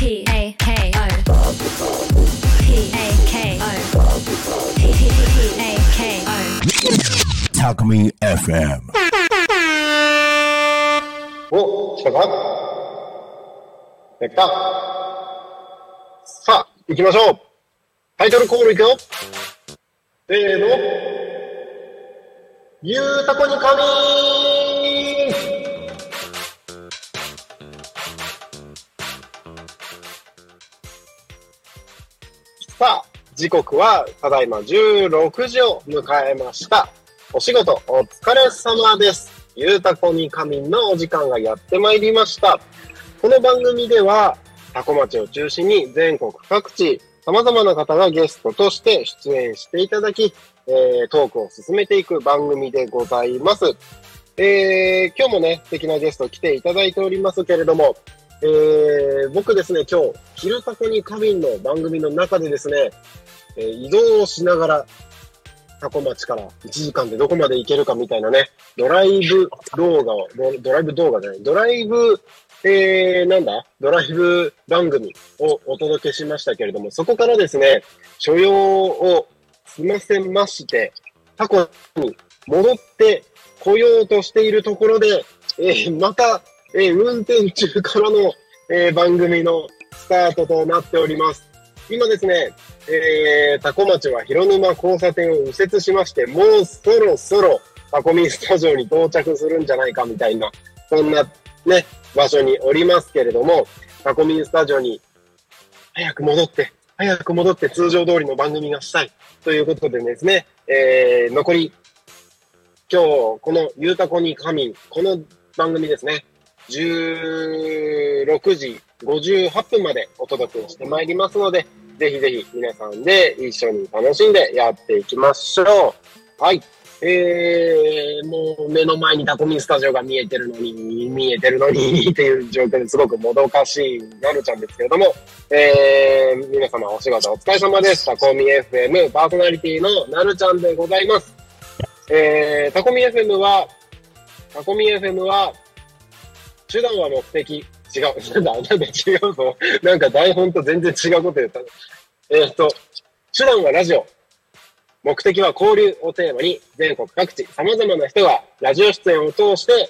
P A K O P A K O P A K O Talk Me FM. お、来たかやった。さあ、行きましょう。タイトルコールいくよ。せーの。ゆうたこにかみさあ、時刻はただいま16時を迎えました。お仕事お疲れ様です。ゆうたこに仮眠のお時間がやってまいりました。この番組では、タコ町を中心に全国各地、様々な方がゲストとして出演していただき、えートークを進めていく番組でございます。えー今日もね、素敵なゲスト来ていただいておりますけれども、えー僕ですね、今日、昼タコに仮眠の番組の中でですね、えー移動をしながら、タコ町から1時間でどこまで行けるかみたいなね、ドライブ動画を、ドドライブ動画じゃない、ドライブ、えー、なんだドライブ番組をお届けしましたけれども、そこからですね、所要を済ませまして、タコに戻って来ようとしているところで、えーまた、えー運転中からの、えー番組のスタートとなっております。今ですね、えー、タコ町は広沼交差点を右折しまして、もうそろそろタコミンスタジオに到着するんじゃないかみたいな、そんなね、場所におりますけれども、タコミンスタジオに早く戻って、早く戻って通常通りの番組がしたいということでですね、えー、残り、今日、このゆうたこに仮眠、この番組ですね、16時58分までお届けしてまいりますので、ぜひぜひ皆さんで一緒に楽しんでやっていきましょう。はい。えー、もう目の前にタコミンスタジオが見えてるのに、見えてるのにっていう状況ですごくもどかしいなるちゃんですけれども、えー、皆様お仕事お疲れ様です。タコミ FM パーソナリティのなるちゃんでございます。えー、タコミ FM は、タコミ FM は、手段は目的。違う。 なんだ、なんだ違うぞ。なんか台本と全然違うこと言った。えーっと、手段はラジオ。目的は交流をテーマに、全国各地、様々な人がラジオ出演を通して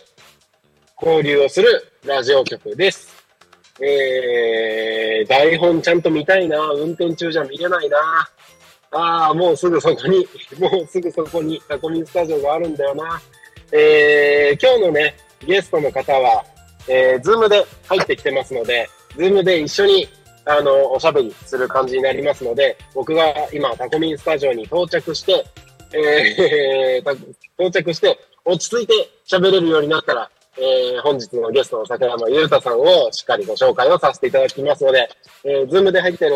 交流をするラジオ局です。えー、台本ちゃんと見たいな。運転中じゃ見れないな。ああ、もうすぐそこに、 もうすぐそこにタコミンスタジオがあるんだよな。えー、今日のね、ゲストの方は、えー、ズームで入ってきてますので、ズームで一緒に、あの、おしゃべりする感じになりますので、僕が今、タコミンスタジオに到着して、えー、た 到着して、落ち着いて喋れるようになったら、えー、本日のゲストの桜山優太さんをしっかりご紹介をさせていただきますので、えー、ズームで入ってる、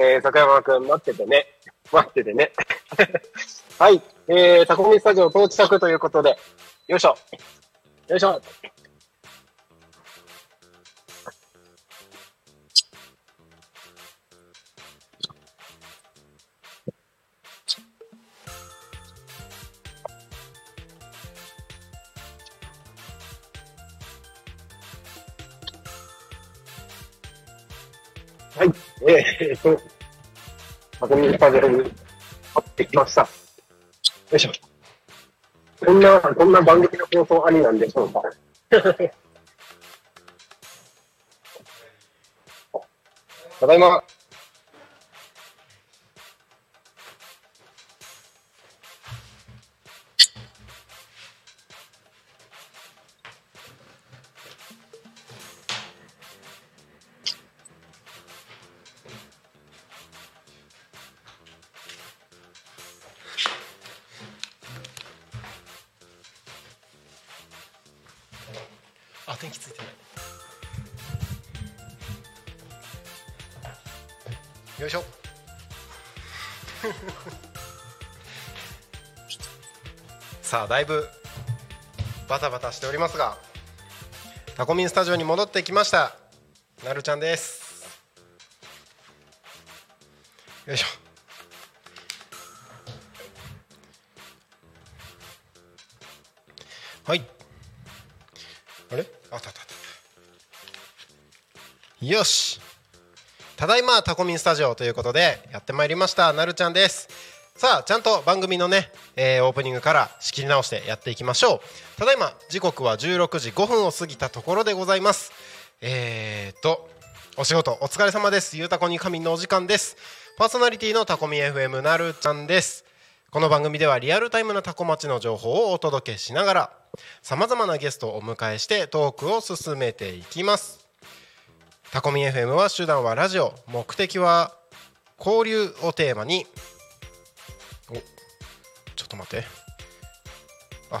えー、桜山くん、待っててね。待っててね。 はい。えー、タコミンスタジオ到着ということで、よいしょ。よいしょ。はい。えー、と、タコミンスタジオに入ってきました。よいしょ。こんな、こんな番組の放送ありなんでしょうか。ただいま。あ電気ついてないよいしょ さあだいぶバタバタしておりますがタコミンスタジオに戻ってきましたなるちゃんですよいしょはいあれあったあったあったよしただいまタコミンスタジオということでやってまいりましたなるちゃんですさあちゃんと番組のね、えーオープニングから仕切り直してやっていきましょうただいま時刻は16時5分を過ぎたところでございますえー、っとお仕事お疲れ様ですゆうたこに神のお時間ですパーソナリティのタコミン FM なるちゃんですこの番組ではリアルタイムなタコ町の情報をお届けしながらさまざまなゲストをお迎えしてトークを進めていきますタコミン FM は手段はラジオ目的は交流をテーマにおちょっと待ってああ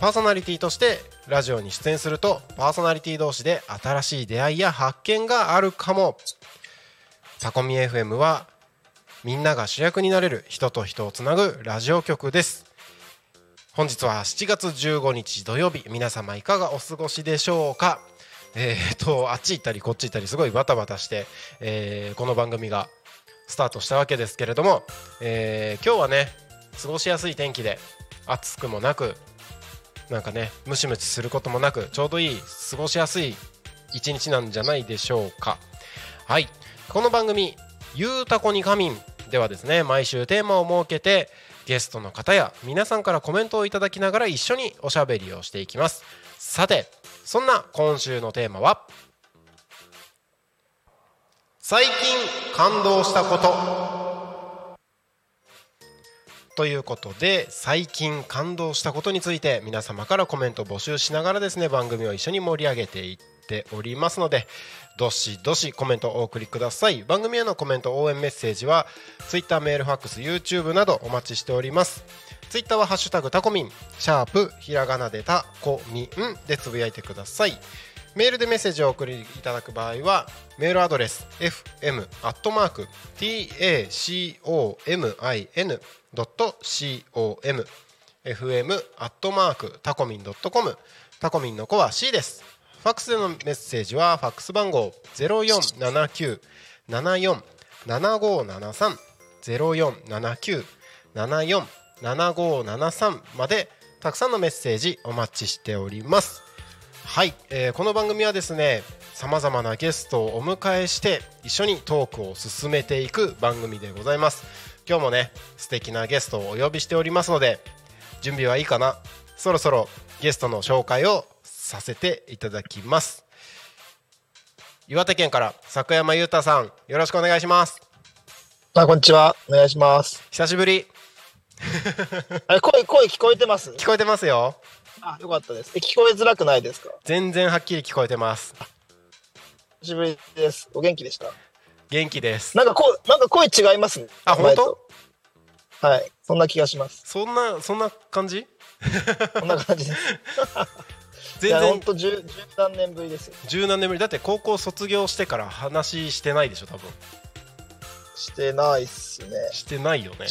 パーソナリティとしてラジオに出演するとパーソナリティ同士で新しい出会いや発見があるかもタコミ FM はみんなが主役になれる人と人をつなぐラジオ局です本日は7月15日土曜日皆様いかがお過ごしでしょうかえー、とあっち行ったりこっち行ったりすごいバタバタして、えーこの番組がスタートしたわけですけれども、えー今日はね過ごしやすい天気で暑くもなくなんかねムシムシすることもなくちょうどいい過ごしやすい一日なんじゃないでしょうかはいこの番組「ゆうたこに仮眠」ではですね毎週テーマを設けてゲストの方や皆さんからコメントをいただきながら一緒におしゃべりをしていきますさてそんな今週のテーマは最近感動したことということで最近感動したことについて皆様からコメントを募集しながらですね番組を一緒に盛り上げていっておりますのでどしどしコメントをお送りください番組へのコメント応援メッセージは Twitter メールファックス YouTube などお待ちしておりますツイッターはハッシュタグタコミン、シャープ、ひらがなでタコミンでつぶやいてください。メールでメッセージを送りいただく場合は、メールアドレス、fm.tacomin.com、fm.tacomin.com、タコミンの子は C です。ファックスでのメッセージは、ファックス番号0479 74 7573 0479 74 7573までたくさんのメッセージお待ちしておりますはい、えーこの番組はですねさまざまなゲストをお迎えして一緒にトークを進めていく番組でございます今日もね素敵なゲストをお呼びしておりますので準備はいいかなそろそろゲストの紹介をさせていただきます岩手県から坂山裕太さんよろしくお願いしますあ、こんにちは。お願いします。久しぶりあれ、声、声聞こえてます聞こえてますよあ、よかったです。え、聞こえづらくないですか全然はっきり聞こえてます久しぶりです。お元気でした。元気ですなんか、こう、なんか声違いますね。あ前本と当はい。そんな気がします。そんなそんな感じこんな感じです。い 全や、ほん然と十、十何年ぶりですよ。十何年ぶりだって高校卒業してから話してないでしょ多分してないっすね。してないよね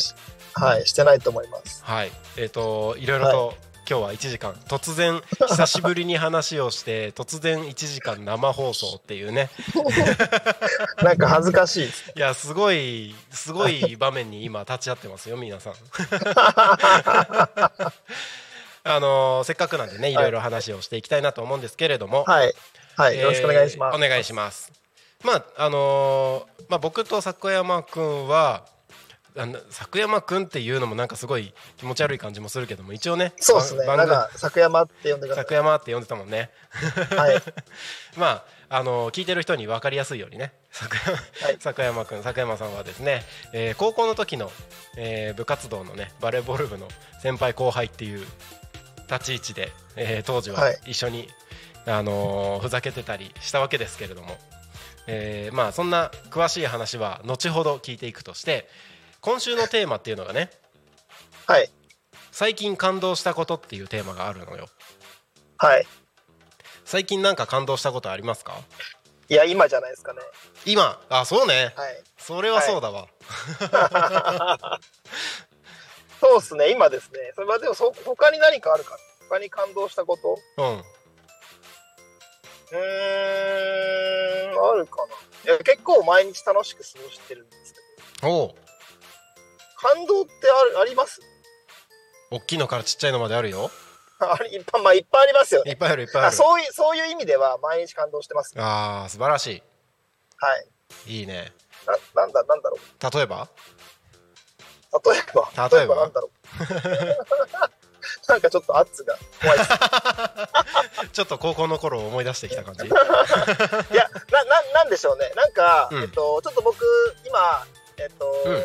はい。してないと思います。はいえっ、といろいろと、今日は1時間突然久しぶりに話をして 突然1時間生放送っていうねなんか恥ずかしいですね。いやすごいすご い場面に今立ち会ってますよ 皆さんあのせっかくなんでねいろいろ話をしていきたいなと思うんですけれども、はい。はい。よろしくお願いします。えーお願いします。まああのーまあ僕と坂山くんは。あの坂山くんっていうのもなんかすごい気持ち悪い感じもするけども一応ねそうですね。番な番ん組か、作山って呼んでくださ坂山って呼んでたもんねい。はい。まああの聞いてる人に分かりやすいようにね坂山,、はい坂山君坂山さんはですね、えー高校の時の、えー部活動のねバレーボール部の先輩後輩っていう立ち位置で、えー当時ははい一緒に、あのーふざけてたりしたわけですけれども、えーまあそんな詳しい話は後ほど聞いていくとして今週のテーマっていうのがねはい。最近感動したことっていうテーマがあるのよはい。最近なんか感動したことありますかいや今じゃないですかね今あそうねはいそれはそうだわ、そうですね今ですねそれはでもそ他に何かあるか他に感動したことうんうーんあるかないや結構毎日楽しく過ごしてるんですけどおお感動ってあるあります 大きいのからちっちゃいのまであるよありいっぱいまあいっぱいありますよいねっぱいあるいっぱいああるそういうそういう意味では毎日感動してますねあー素晴らしはいいいいねななんだなんだろう例えば例えば例えばなんだろう なんかちょっと圧が怖いですちょっと高校の頃を思い出してきた感じ いやなななんでしょうねなんか、うんえっとちょっと僕今えっと、うん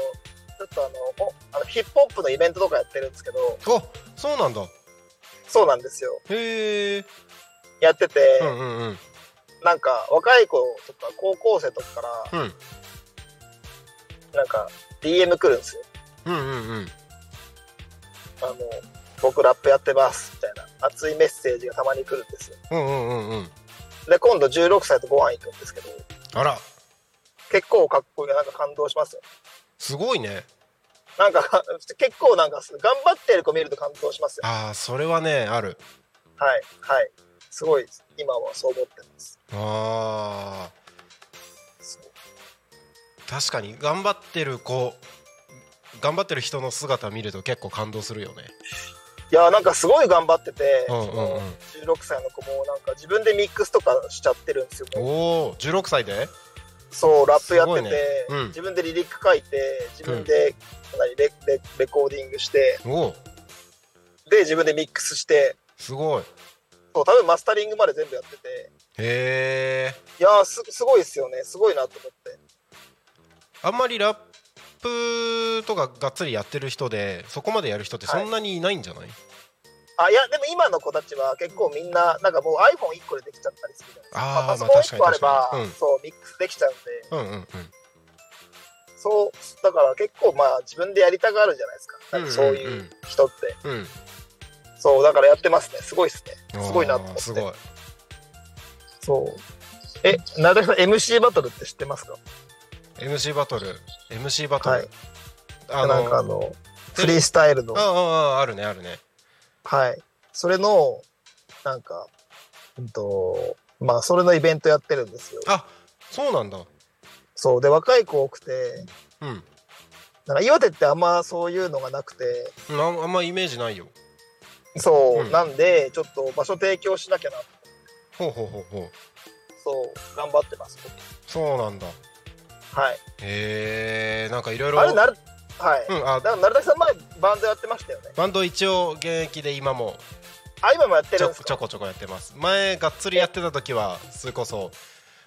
ちょっとあのおあのヒップホップのイベントとかやってるんですけどおそうなんだそうなんですよへえやってて、うんうんうんなんか若い子とか高校生とかかうんらなんか DM 来るんですようんうんうんあの僕ラップやってますみたいな熱いメッセージがたまに来るんですようんうんうんうんで今度16歳とご飯行くんですけどあら結構かっこいいなんか感動しますよすごいねなんか か結構なんか頑張ってる子見ると感動しますよああそれはねあるはいはいすごい今はそう思ってますあそうー確かに頑張ってる子頑張ってる人の姿見ると結構感動するよねいやなんかすごい頑張ってて、うんうんうんその16歳の子もなんか自分でミックスとかしちゃってるんですよもうおお16歳でそうラップやってすて、ごいねうん自分でリリック書いて自分で何レレレコーディングしておおで自分でミックスしてすごいそう多分マスタリングまで全部やっててへえいやーすすごいですよねすごいなと思ってあんまりラップとかがっつりやってる人でそこまでやる人ってそんなにいないんじゃない、あいやでも今の子たちは結構みんななんかもう iPhone1 個でできちゃったりするじゃないですかあーパソコン1個まああれ確かにば、確かにうんそうミックスできちゃうんでうんうんうんそうだから結構まあ自分でやりたがるじゃないですかなんかそううんうんいうう人って、うんそうだからやってますねすごいっすね すごいなと思あっーてすごいそうえなださん MC バトルって知ってますか MC バトル MC バトル、はいあのなんかあのフリースタイルのああああるねあるねはいそれのなんかうんとまあそれのイベントやってるんですよあそうなんだそうで若い子多くてうんなんか岩手ってあんまそういうのがなくてうんあんあんまイメージないよそう、うんなんでちょっと場所提供しなきゃなほうほうほうほうそう頑張ってます僕そうなんだはいへえんかいろいろあれなるはい、うんあだからなるだけさん前バンドやってましたよねバンド一応現役で今もあ今もやっちてるょんですちかょこちょこやってます前がっつりやってた時はそれこそ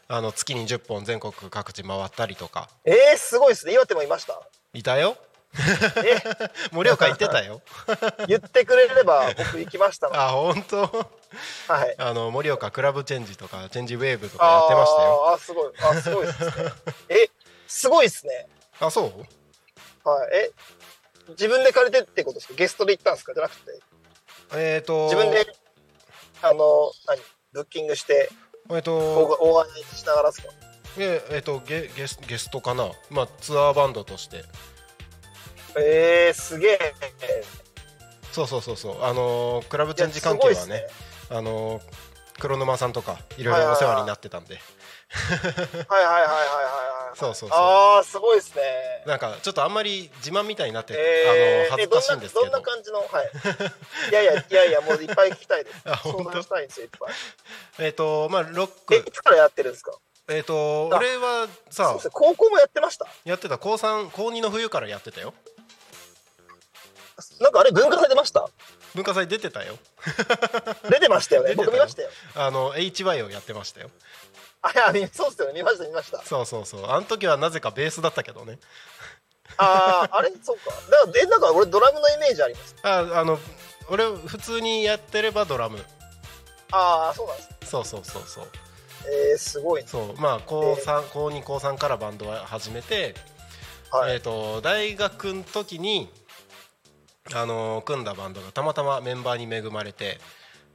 あの月に10本全国各地回ったりとかえー、すごいですね岩手もいましたいたよえ盛岡行ってた よ言ってくれれば僕行きましたのであ本当は いあの盛岡クラブチェンジとかチェンジウェーブとかやってましたよあーあーすごいあーすごいですねえすごいですねあそうはいえ自分で借りてってことですかゲストで行ったんですかじゃなくてえっ、ー、と自分であの何ブッキングしてえっ、ー、オーとガオーガナイズしながらですかえーえーとゲゲスゲストかな、まあ、ツアーバンドとしてえー、すげえそうそうそうそうあのークラブいチェやンジす関ご係いっはすねあのー黒沼さんとかいろいろお世話になってたんではいはいはいはいはいはいそうそうそうああすごいですねなんかちょっとあんまり自慢みたいになって、えー、あの恥ずかしいんですけえどどんなどんな感じのはいいやいやいやいやもういっぱい聞きたいです あ相本当談したいんですよいっぱいえっ、とまあロッえいクつからやってるんですかえっ、とあ俺はそうさですね高校もやってましたやってた高3高2の冬からやってたよなんかあれ文化祭出ました文化祭出てたよ出てましたよ 出ねてたよ僕見ましたよあの HY をやってましたよあいやみそうっすよね見ました見ましたそうそうそうあの時はなぜかベースだったけどねあああれそうかだからえなんか俺ドラムのイメージありますああの俺普通にやってればドラムああそうなんですそうそうそうそうえー、すごいねそうまあ高三高2高3からバンドは始めて、はい、えー、と大学の時に、あのー組んだバンドがたまたまメンバーに恵まれて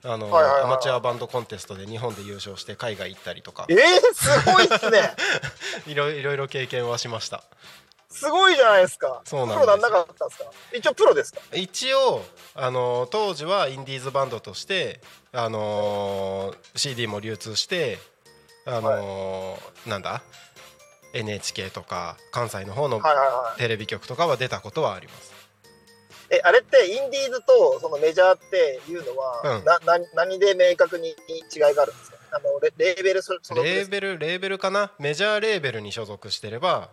あのはいはいはいアマチュアバンドコンテストで日本で優勝して海外行ったりとかえー、すごいっす ね。いろいろいろ経験はしましたすごいじゃないですか。そうなんですプロなんなかったんですか。一応プロですか。一応あの当時はインディーズバンドとしてあの CD も流通してあの、なんだ NHK とか関西の方のはいはいはい。テレビ局とかは出たことはあります、えあれってインディーズとそのメジャーっていうのは、うんなな何で明確に違いがあるんですかあのレレーベルそ所属レでーすベルレーベルかなメジャーレーベルに所属してれば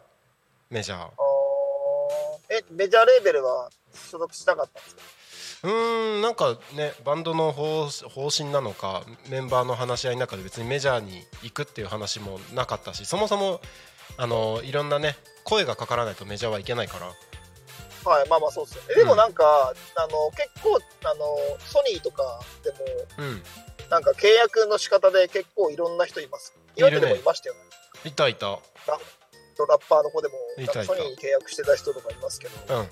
メジャーあーえメジャーレーベルは所属しなかったんですかうーんなんかねバンドの方方針なのかメンバーの話し合いの中で別にメジャーに行くっていう話もなかったしそもそもあのいろんなね声がかからないとメジャーはいけないからはいまあまあそうですよねえでうもんなんか、あの結構あのソニーとかでもうんなんか契約の仕方で結構いろんな人います岩手でもいましたよねいたいたラッパーの子でもいたいたソニーに契約してた人とかいますけどうん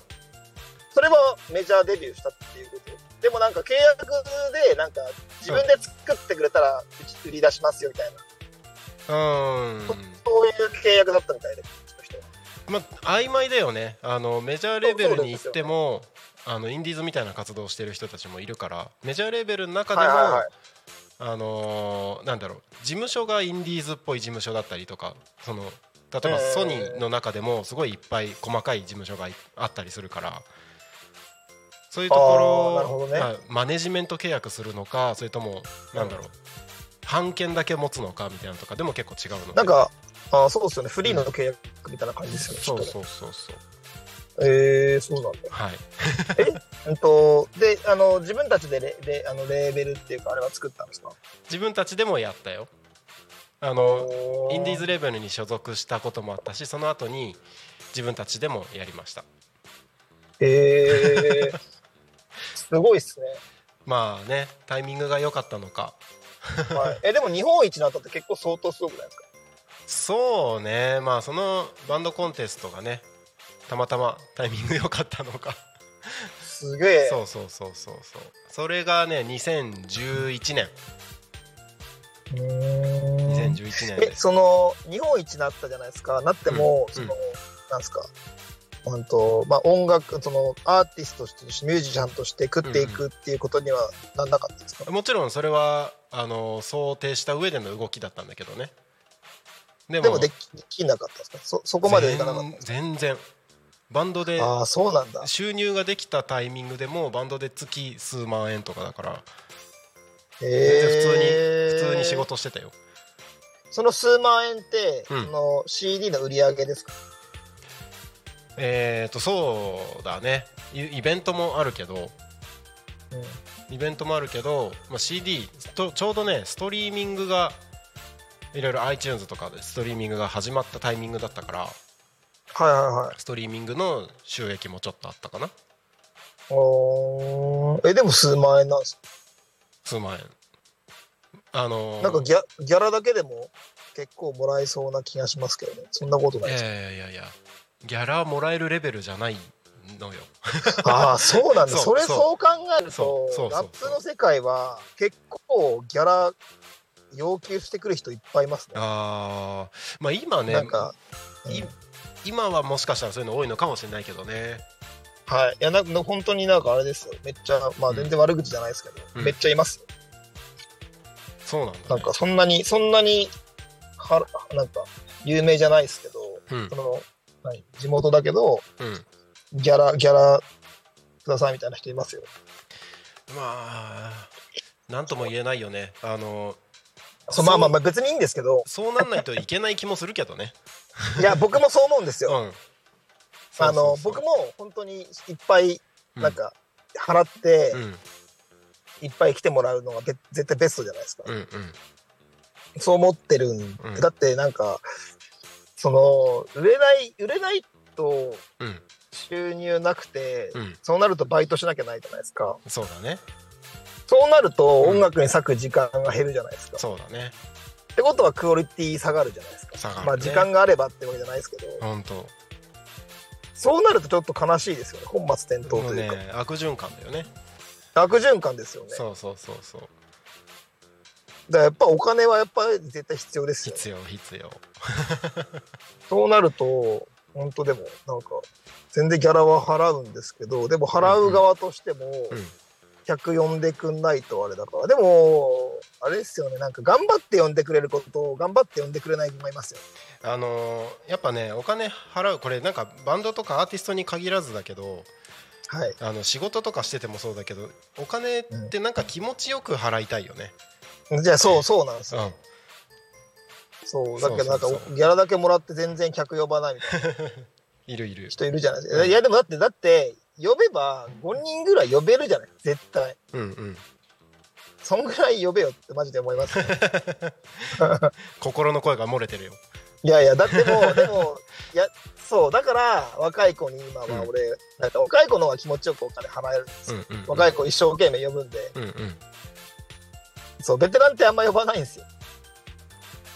それはメジャーデビューしたっていうことでもなんか契約でなんか自分で作ってくれたらうち売り出しますよみたいな、うーんそういう契約だったみたいでこっちの人はまあ曖昧だよねあのメジャーレベルに行ってもあのインディーズみたいな活動をしてる人たちもいるからメジャーレベルの中でも、はいはいはいあのーなんだろう事務所がインディーズっぽい事務所だったりとかその例えばえーソニーの中でもすごいいっぱい細かい事務所がいあったりするからそういうとあーなるほこどろ、ねまあマネジメント契約するのかそれともなんだろう版権だけ持つのかみたいなのとかでも結構違うのでなんかあーそうですよねフリーの契約みたいな感じですよね、そうきっそうそうそうとねえー、そうなんだはいうんとであの自分たちでレレあのレーベルっていうかあれは作ったんですか自分たちでもやったよあのインディーズレベルに所属したこともあったしその後に自分たちでもやりましたえー、 すごいっすね、まあねタイミングが良かったのかはい、えでも日本一の後って結構相当すごくないですかそうねまあそのバンドコンテストがねたまたまタイミング良かったのかすげえそうそうそうそうそうそれがね2011年うーん2011年えですその日本一になったじゃないですかなっても、うんそうんのなんですかうんとまあ、音楽そのアーティストとしてミュージシャンとして食っていくっていうことにはなんなかったですか、もちろんそれはあの想定した上での動きだったんだけどねででもできできなかったですかそそこまでいかなかったんですか全全然バンドでああそうなんだ収入ができたタイミングでもうバンドで月数万円とかだからへ全然え普通に普通に仕事してたよその数万円って、うんその CD の売り上げですかえっ、とそうだねイイベントもあるけどうんイベントもあるけど、まあ、CD とちょうどねストリーミングがいろいろ iTunes とかでストリーミングが始まったタイミングだったからはいはいはいストリーミングの収益もちょっとあったかなおーえでも数万円なんです数万円あのーなんかギャギャラだけでも結構もらえそうな気がしますけどねそんなことないいですかやいやいやいやギャラもらえるレベルじゃないのよ ああそうなんだそそうれそう考えるそとうそうそうラップの世界は結構ギャラ要求してくる人いっぱいいますねあーまあ今ねなんか、いうん今はもしかしたらそういうの多いのかもしれないけどねはいいやなんか本当になんかあれですよめっちゃまあ全然悪口じゃないですけど、うんめっちゃいますよそうなんだ、ね、なんかそんなにそんなにはなんか有名じゃないですけどうんその、はい、地元だけどうんギャラギャラくださいみたいな人いますよまあなんとも言えないよねあのそうまあまあまあ別にいいんですけどそうなんないといけない気もするけどねいや僕もそう思うんですう よ、んあの僕も本当にいっぱいなんか払ってうんうんいっぱい来てもらうのがべ絶対ベストじゃないですか、うんうんそう思ってるんで、うんだってなんかその売れない売れないとうん収入なくて、うんそうなるとバイトしなきゃないじゃないですかそうだねそうなるとうん音楽に割く時間が減るじゃないですか、そうだねってことはクオリティ下がるじゃないですか下がるねまあ時間があればってわけじゃないですけど、本当そうなるとちょっと悲しいですよね本末転倒もとういうねか、悪循環だよね悪循環ですよねそうそうそうそうからやっぱお金はやっぱり絶対必要ですよね必要必要そうなると本当でもなんか全然ギャラは払うんですけどでも払う側としてもうん客呼んでくんないとあれだからでもあれですよねなんか頑張って呼んでくれることと頑張って呼んでくれない子もいますよあのーやっぱねお金払うこれなんかバンドとかアーティストに限らずだけどはいあの仕事とかしててもそうだけどお金ってなんか気持ちよく払いたいよね、じゃあそうそうなんですうよん、そうだけどなんかそうそうそうギャラだけもらって全然客呼ばないみたいないるいる、人いるじゃないですかいやでもだってだって呼べば5人ぐらい呼べるじゃない絶対うんうん、そんぐらい呼べよってマジで思いますね心の声が漏れてるよいやいやだって もうでもいやそうだから若い子に今は俺、なんか若い子の方が気持ちよくお金払えるんですうんよ、うんうん若い子一生懸命呼ぶんでうんうんそうベテランってあんま呼ばないんですよ、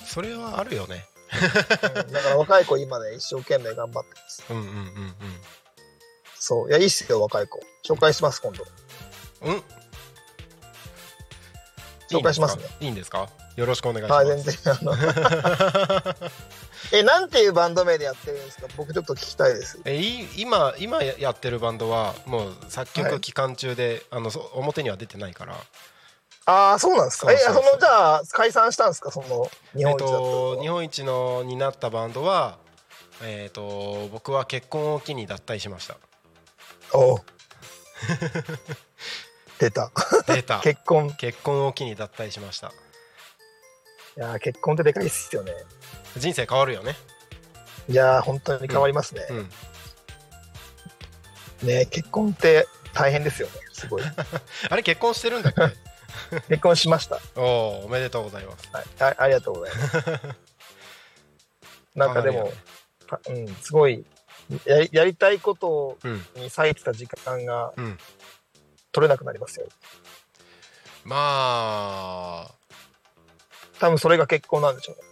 それはあるよねうんだから若い子今ね一生懸命頑張ってますうんうんうんそういやいいっすよ若い子紹介します今度うんうん紹介しますねいいんですかいいんですかよろしくお願いしまはいす全然あの えなんていうバンド名でやってるんですか僕ちょっと聞きたいですえい今今やってるバンドはもう作曲期間中で、あのそ表には出てないからああそうなんですかそうそうそうえそのじゃあ解散したんですかその日本一だったえっと、日本一のになったバンドは、えっと僕は結婚を機に脱退しました お う出た出た結婚結婚を機に脱退しましたいやー結婚ってでかいっすよね人生変わるよねいやー本当に変わりますね、うんね結婚って大変ですよね すごいあれ結婚してるんだっ け結婚しました、おおおめでとうございますはい、あありがとうございます なんかでも、たうんすごいやりやりたいこと変わるよねに割いてた時間がうんうん取れなくなりますよまあ多分それが結婚なんでしょうね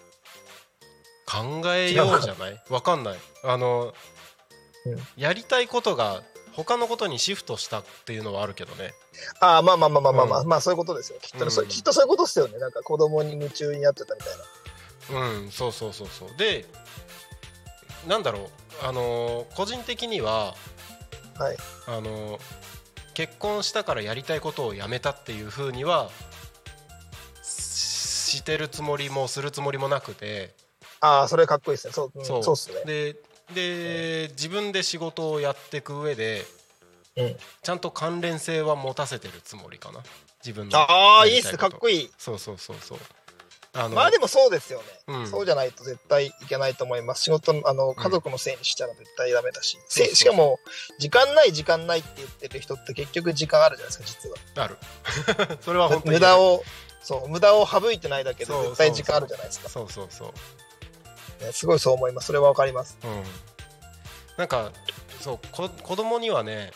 考えようじゃないわかんないあの、うんやりたいことが他のことにシフトしたっていうのはあるけどねああまあまあまあまあまあまあ、うんまあそういうことですよきっと,、そうんきっとそういうことですよねなんか子供に夢中になってたみたいなうんそうそうそうそうでなんだろうあのー個人的にははいあのー結婚したからやりたいことをやめたっていう風にはししてるつもりもするつもりもなくてああそれかっこいいですねそう,、うん、そうそうっすねでで自分で仕事をやっていく上でうんちゃんと関連性は持たせてるつもりかな自分のああいいっすねかっこいいいいそうそうそうそうあのまあでもそうですよね、うんそうじゃないと絶対いけないと思います仕事のあの家族のせいにしちゃ絶対ダメだし、そうせそうしかも時間ない時間ないって言ってる人って結局時間あるじゃないですか実はあ るそれは本当に無駄をそう無駄を省いてないだけそうど絶対時間あるじゃないですかそうそうそうねすごいそう思いますそれはわかりますうん、なんかそうこ子供にはね、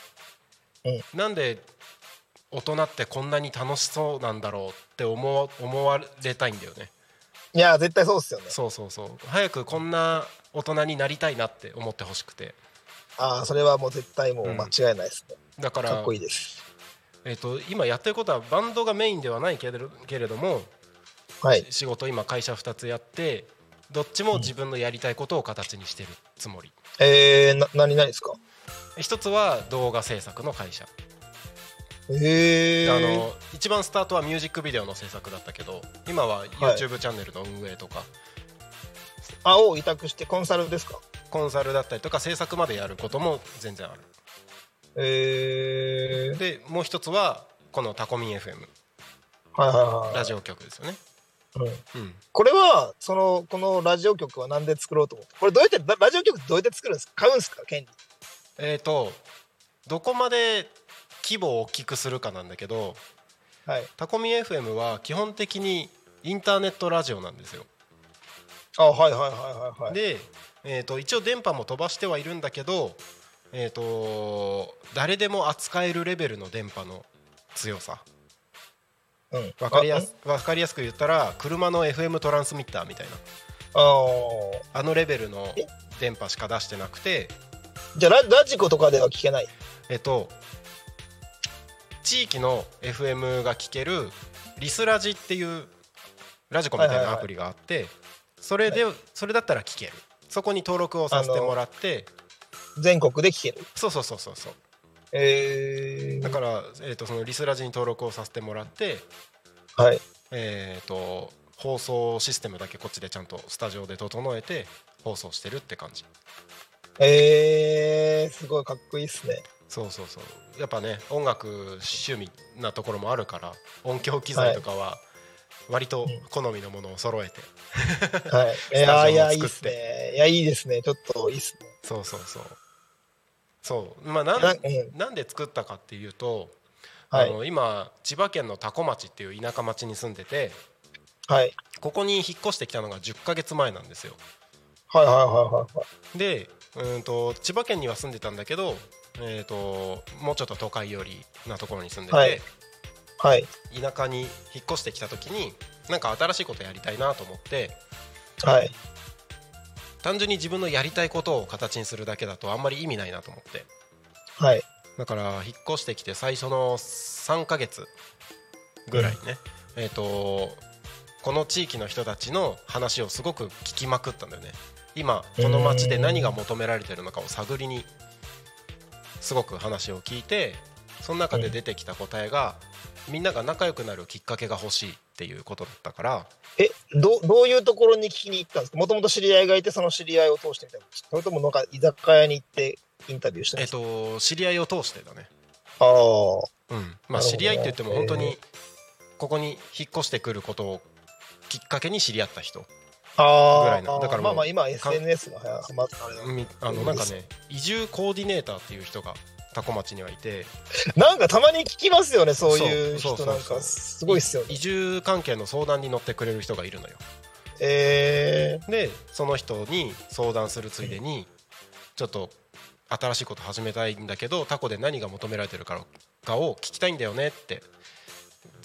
うんなんで大人ってこんなに楽しそうなんだろうって思わ思われたいんだよねいや絶対そうですよねそうそうそう早くこんな大人になりたいなって思ってほしくてああそれはもう絶対もう間違いないですね、だからかっこいいですえっと今やってることはバンドがメインではないけれどけれどもはい仕事今会社2つやってどっちも自分のやりたいことを形にしてるつもりえー、な何何ですか一つは動画制作の会社えー、あの一番スタートはミュージックビデオの制作だったけど今は YouTube チャンネルの運営とか、青を委託してコンサルですかコンサルだったりとか制作までやることも全然あるえー、でもう一つはこのタコミン FM はいはいはラいジオ局ですよね、ううんん、これはそのこのラジオ局は何で作ろうと思ってこれどうやってララジオ局どうやって作るんですか買うんですか権利えっ、とどこまで規模を大きくするかなんだけどはいタコミン FM は基本的にインターネットラジオなんですよあはいはいはいはいはいで、えー、と一応電波も飛ばしてはいるんだけど、えー、と誰でも扱えるレベルの電波の強さうんわかりやいすわかりやすく言ったら車の FM トランスミッターみたいなあーあのレベルのえ電波しか出してなくてじゃあララジコとかでは聞けないえっと地域の FM が聴けるリスラジっていうラジコみたいなアプリがあってそれでそれだったら聞けるそこに登録をさせてもらって全国で聞ける。そうそうそうそうそうえだから、えー、とそのリスラジに登録をさせてもらって、ー、はい。えー、と放送システムだけこっちでちゃんとスタジオで整えて放送してるって感じえー、すごいかっこいいっすね。そうそうそうやっぱね音楽趣味なところもあるから音響機材とかは割と好みのものを揃えて、 はい。いやー、いや、いいっすね。いや、いいですね。ちょっといいっすね。そうそうそうそうまあなんなうんなんで作ったかっていうと、はあい。の今千葉県の多古町っていう田舎町に住んでてはい。ここに引っ越してきたのが10ヶ月前なんですよはいはいはいはでうーんと千葉県には住んでたんだけど、えー、ともうちょっと都会寄りなところに住んでて、はいいはい。はい。田舎に引っ越してきた時になんか新しいことやりたいなと思ってはい。単純に自分のやりたいことを形にするだけだとあんまり意味ないなと思ってはい。だから引っ越してきて最初の3ヶ月ぐらいね、えっ、とこの地域の人たちの話をすごく聞きまくったんだよね今この町で何が求められてるのかを探りにすごく話を聞いてその中で出てきた答えがみんなが仲良くなるきっかけが欲しいっていうことだったからえ、どう、どういうところに聞きに行ったんですかもともと知り合いがいて、その知り合いを通してみたいな。それともなんか居酒屋に行ってインタビューしたんえでっすか、と知り合いを通してだねああ。うん、まあなるほどね知り合いって言っても本当へにここに引っ越してくることをきっかけに知り合った人ああ。ぐらいなだからもうまあまあ今 SNS がはや、まあ、あれだみあのなんかね移住コーディネーターっていう人が多古町にはいてなんかたまに聞きますよね、そういうそう人そうそうそうなんかすごいっすよね移。住関係の相談に乗ってくれる人がいるのよえでその人に相談するついでにちょっと新しいこと始めたいんだけどタコで何が求められてるかかを聞きたいんだよねって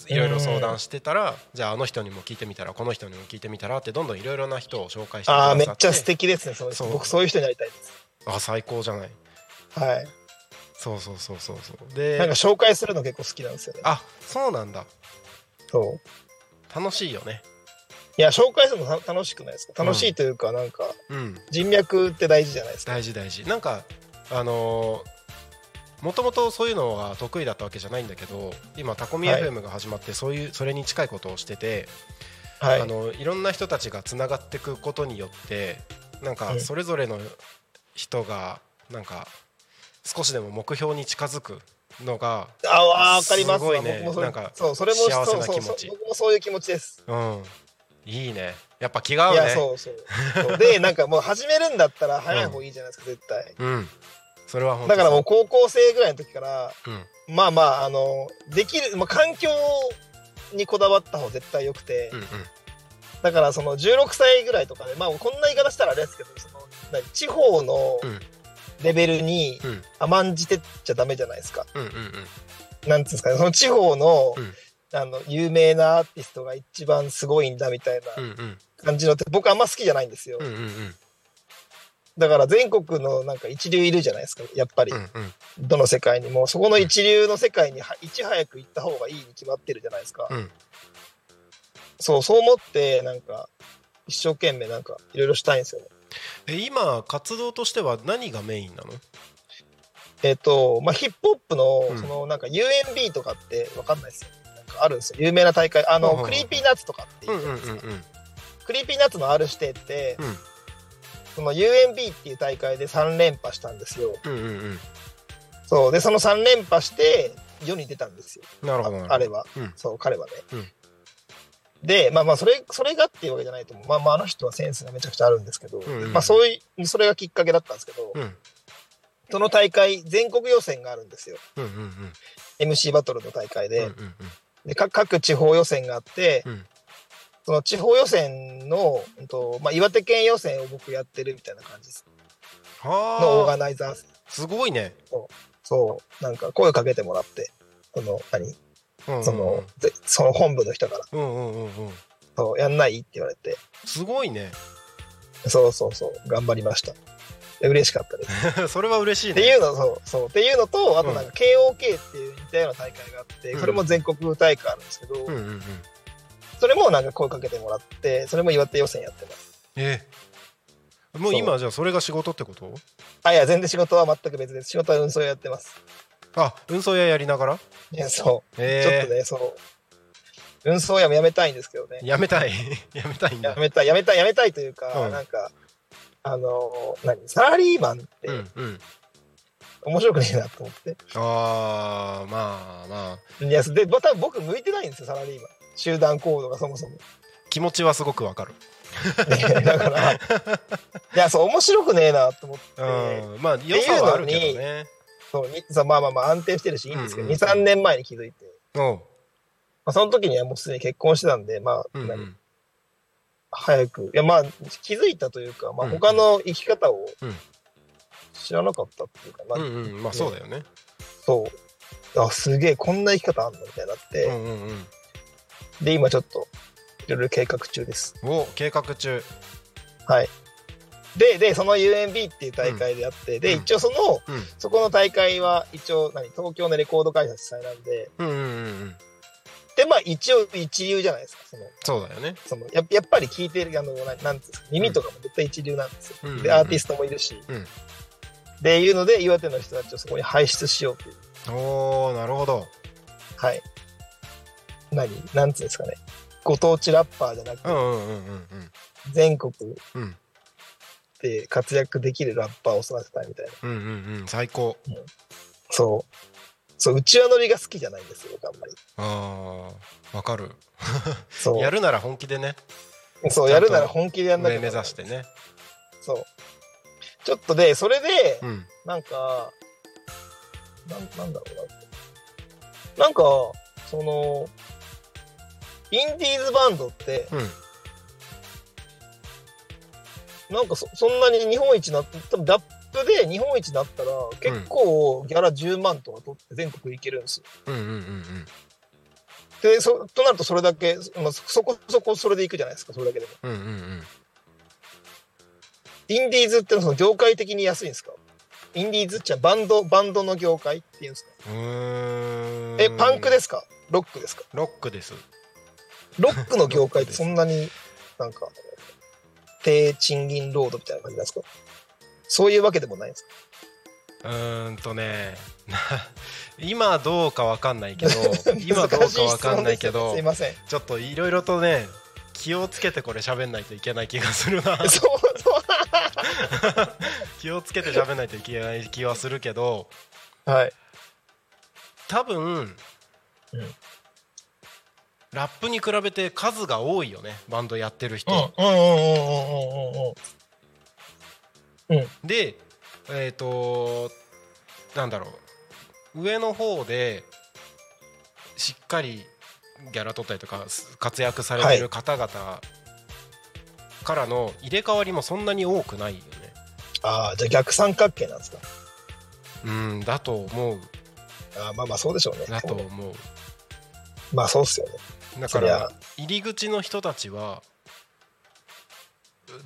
いろいろ相談してたらじゃああの人にも聞いてみたらこの人にも聞いてみたらってどんどんいろいろな人を紹介してー、くだあさっあ、てめっちゃ素敵ですね、そうそう僕そういう人になりたいです。あ最高じゃないはい。そうそうそうそうそうなんでか紹介するの結構好きなんですよね。あそうなんだそう。楽しいよねいや、紹介するのた楽しくないですか楽しいというか、なんかうん人脈って大事じゃないですか。大事大事なんかあのーもともとそういうのが得意だったわけじゃないんだけど今タコミはい FM が始まってそういうそれに近いことをしてて、はいい、あ。のいろんな人たちがつながっていくことによってなんはかいそれぞれの人がなんか少しでも目標に近づくのが、あわかりますすごいね僕もそうなんかそうそれもそう幸せなそう気持ちそう僕もそういう気持ちです。うん、いいねやっぱ気が合ういねやそうそうそう でなんかもう始めるんだったら早い方がいいじゃないですか、絶対。うん、それは本当だからもうう、高校生ぐらいの時からん、まあまああのできる、まあ、環境にこだわった方が絶対良くて、うんうんだからその16歳ぐらいとかでまあこんな言い方したらあれですけどその何地方のうんレベルにうん甘んじてっちゃダメじゃないですか。うんうんうんなんていうんですかねその地方の,、うんあの有名なアーティストが一番すごいんだみたいなうんうん感じのって僕あんま好きじゃないんですよ、うんうんうんだから全国のなんか一流いるじゃないですかやっぱり、うんうんどの世界にもそこの一流の世界にはいち早く行った方がいいに決まってるじゃないですか、うんそうそう思ってなんか一生懸命なんかいろいろしたいんですよねえ今活動としては何がメインなのえっ、とまあヒップホップうのんそのなんか UNB とかってわかんないですよなんかあるんですよ有名な大会あうんうのんうんクリーピーナッツとかっていうじゃないですかクリーピーナッツの R 指定ってうその UNB っていう大会で3連覇したんですよんうんうんうんそうでその3連覇して世に出たんですようんなるほどなるほどあれは、うんそう彼はね、うんでまあまあそれそれがっていうわけじゃないと思う、まあ、まああの人はセンスがめちゃくちゃあるんですけど、んうんまあ、そういうそれがきっかけだったんですけど、うんその大会全国予選があるんですようんうんうん MC バトルの大会うんうで,、んで各各地方予選があって、うんその地方予選の、うんとまあ、岩手県予選を僕やってるみたいな感じですのオーはガあナイザーすごいねそうなんか声かけてもらってその何うんうんうんその,で、その本部の人からうんうんうんうんそうやんないって言われてすごいね そうそうそう頑張りましたで嬉しかったですそれは嬉しいってねいうのそうそうっていうのとあとなんか KOK っていう似たような大会があって、うんそれも全国大会あるんですけど、うんうんうんそれもなんか声かけてもらって、それも岩手予選やってます。ええもう今じゃあそれが仕事ってことあ、いや、全然仕事は全く別です。仕事は運送屋やってます。あ運送屋やりながら運送。えちえょっとね、そう。運送屋もやめたいんですけどね。やめたい やめたいんやだめたい、やめたい、やめたいというか、うんなんか、あの、何サラリーマンっうてんうん面白くねえなと思って。ああまあまあいや、で、まあ多分僕向いてないんですよ、サラリーマン。集団行動がそ もそも。気持ちはすごくわかる、ねだから、いや、そう、面白くねえなと思って、うんまあ良さはあるけどねそうにそうまあまあまあ安定してるしいいんですけうど、んうんうん2、3年前に気づいて、おうまあ、その時にはもうすでに結婚してたんで、まあ、うんう何ん早く、いや、まあ、気づいたというか、まうあ、んうん他の生き方をうん知らなかったっていうか、まあ、うんうんまあそうだよねそう、あ、すげえ、こんな生き方あんのみたいになって、うんうんうんで、今ちょっと、いろいろ計画中です。お計画中はい。で、で、その UMB っていう大会であって、で、うん一応その、うんそこの大会は一応何東京のレコード会社主催なんでうんうんうんうんでまあ一応一流じゃないですかそのそうだよねそのややっぱり聞いてるあのななんていうんですか耳とかも絶対一流なんですよ、うんうんうんでアーティストもいるし、うんでいうので岩手の人たちをそこに輩出しようというおーなるほどはい何なんつうんですかねご当地ラッパーじゃなくうてんうんうんうんうん全国うんで活躍できるラッパーを育てたいみたいなうんうんうん最高そうそううちわ乗りが好きじゃないんですよ僕あんまりあーわかるそうやるなら本気でねそうやるなら本気でやんなき上ゃ目指してねそう。ちょっとで、それで、うんなんか、なんなんだろうな。なんか、その、インディーズバンドって、うんなんかそそんなに日本一なって、多分ラップで日本一になったら、結構ギャラ10万とか取って全国行けるんですよ。うんうんうんで、そとなるとそれだけ、まあ、そそこそこそれで行くじゃないですか、それだけでも。うんうんうんインディーズってその業界的に安いんですかインディーズってバンド、バンドの業界っていうんですかうんうーんえ、パンクですかロックですかロックですロックの業界ってそんなになんか低賃金労働みたいな感じなんですかそういうわけでもないんですかうーんとね な今どうかわかんない けど今どうかわかんないけど難し質問ですよねすいません。ちょっといろいろとね気をつけてこれ喋んないといけない気がするなそうそ気をつけて喋んないといけない気はするけどう。はい。多分、うんラップに比べて数が多いよねバンドやってる人、うんうんうんうんうんうんうん。でえっ、となんだろう上の方でしっかりギャラ取ったりとかす活躍されてる方々からの入れ替わりもそんなに多くないよね。ああ、じゃあ逆三角形なんですかうんだと思うああまあまあそうでしょうね。だと思うまあそうっすよね。だかそりらゃ入り口の人たちは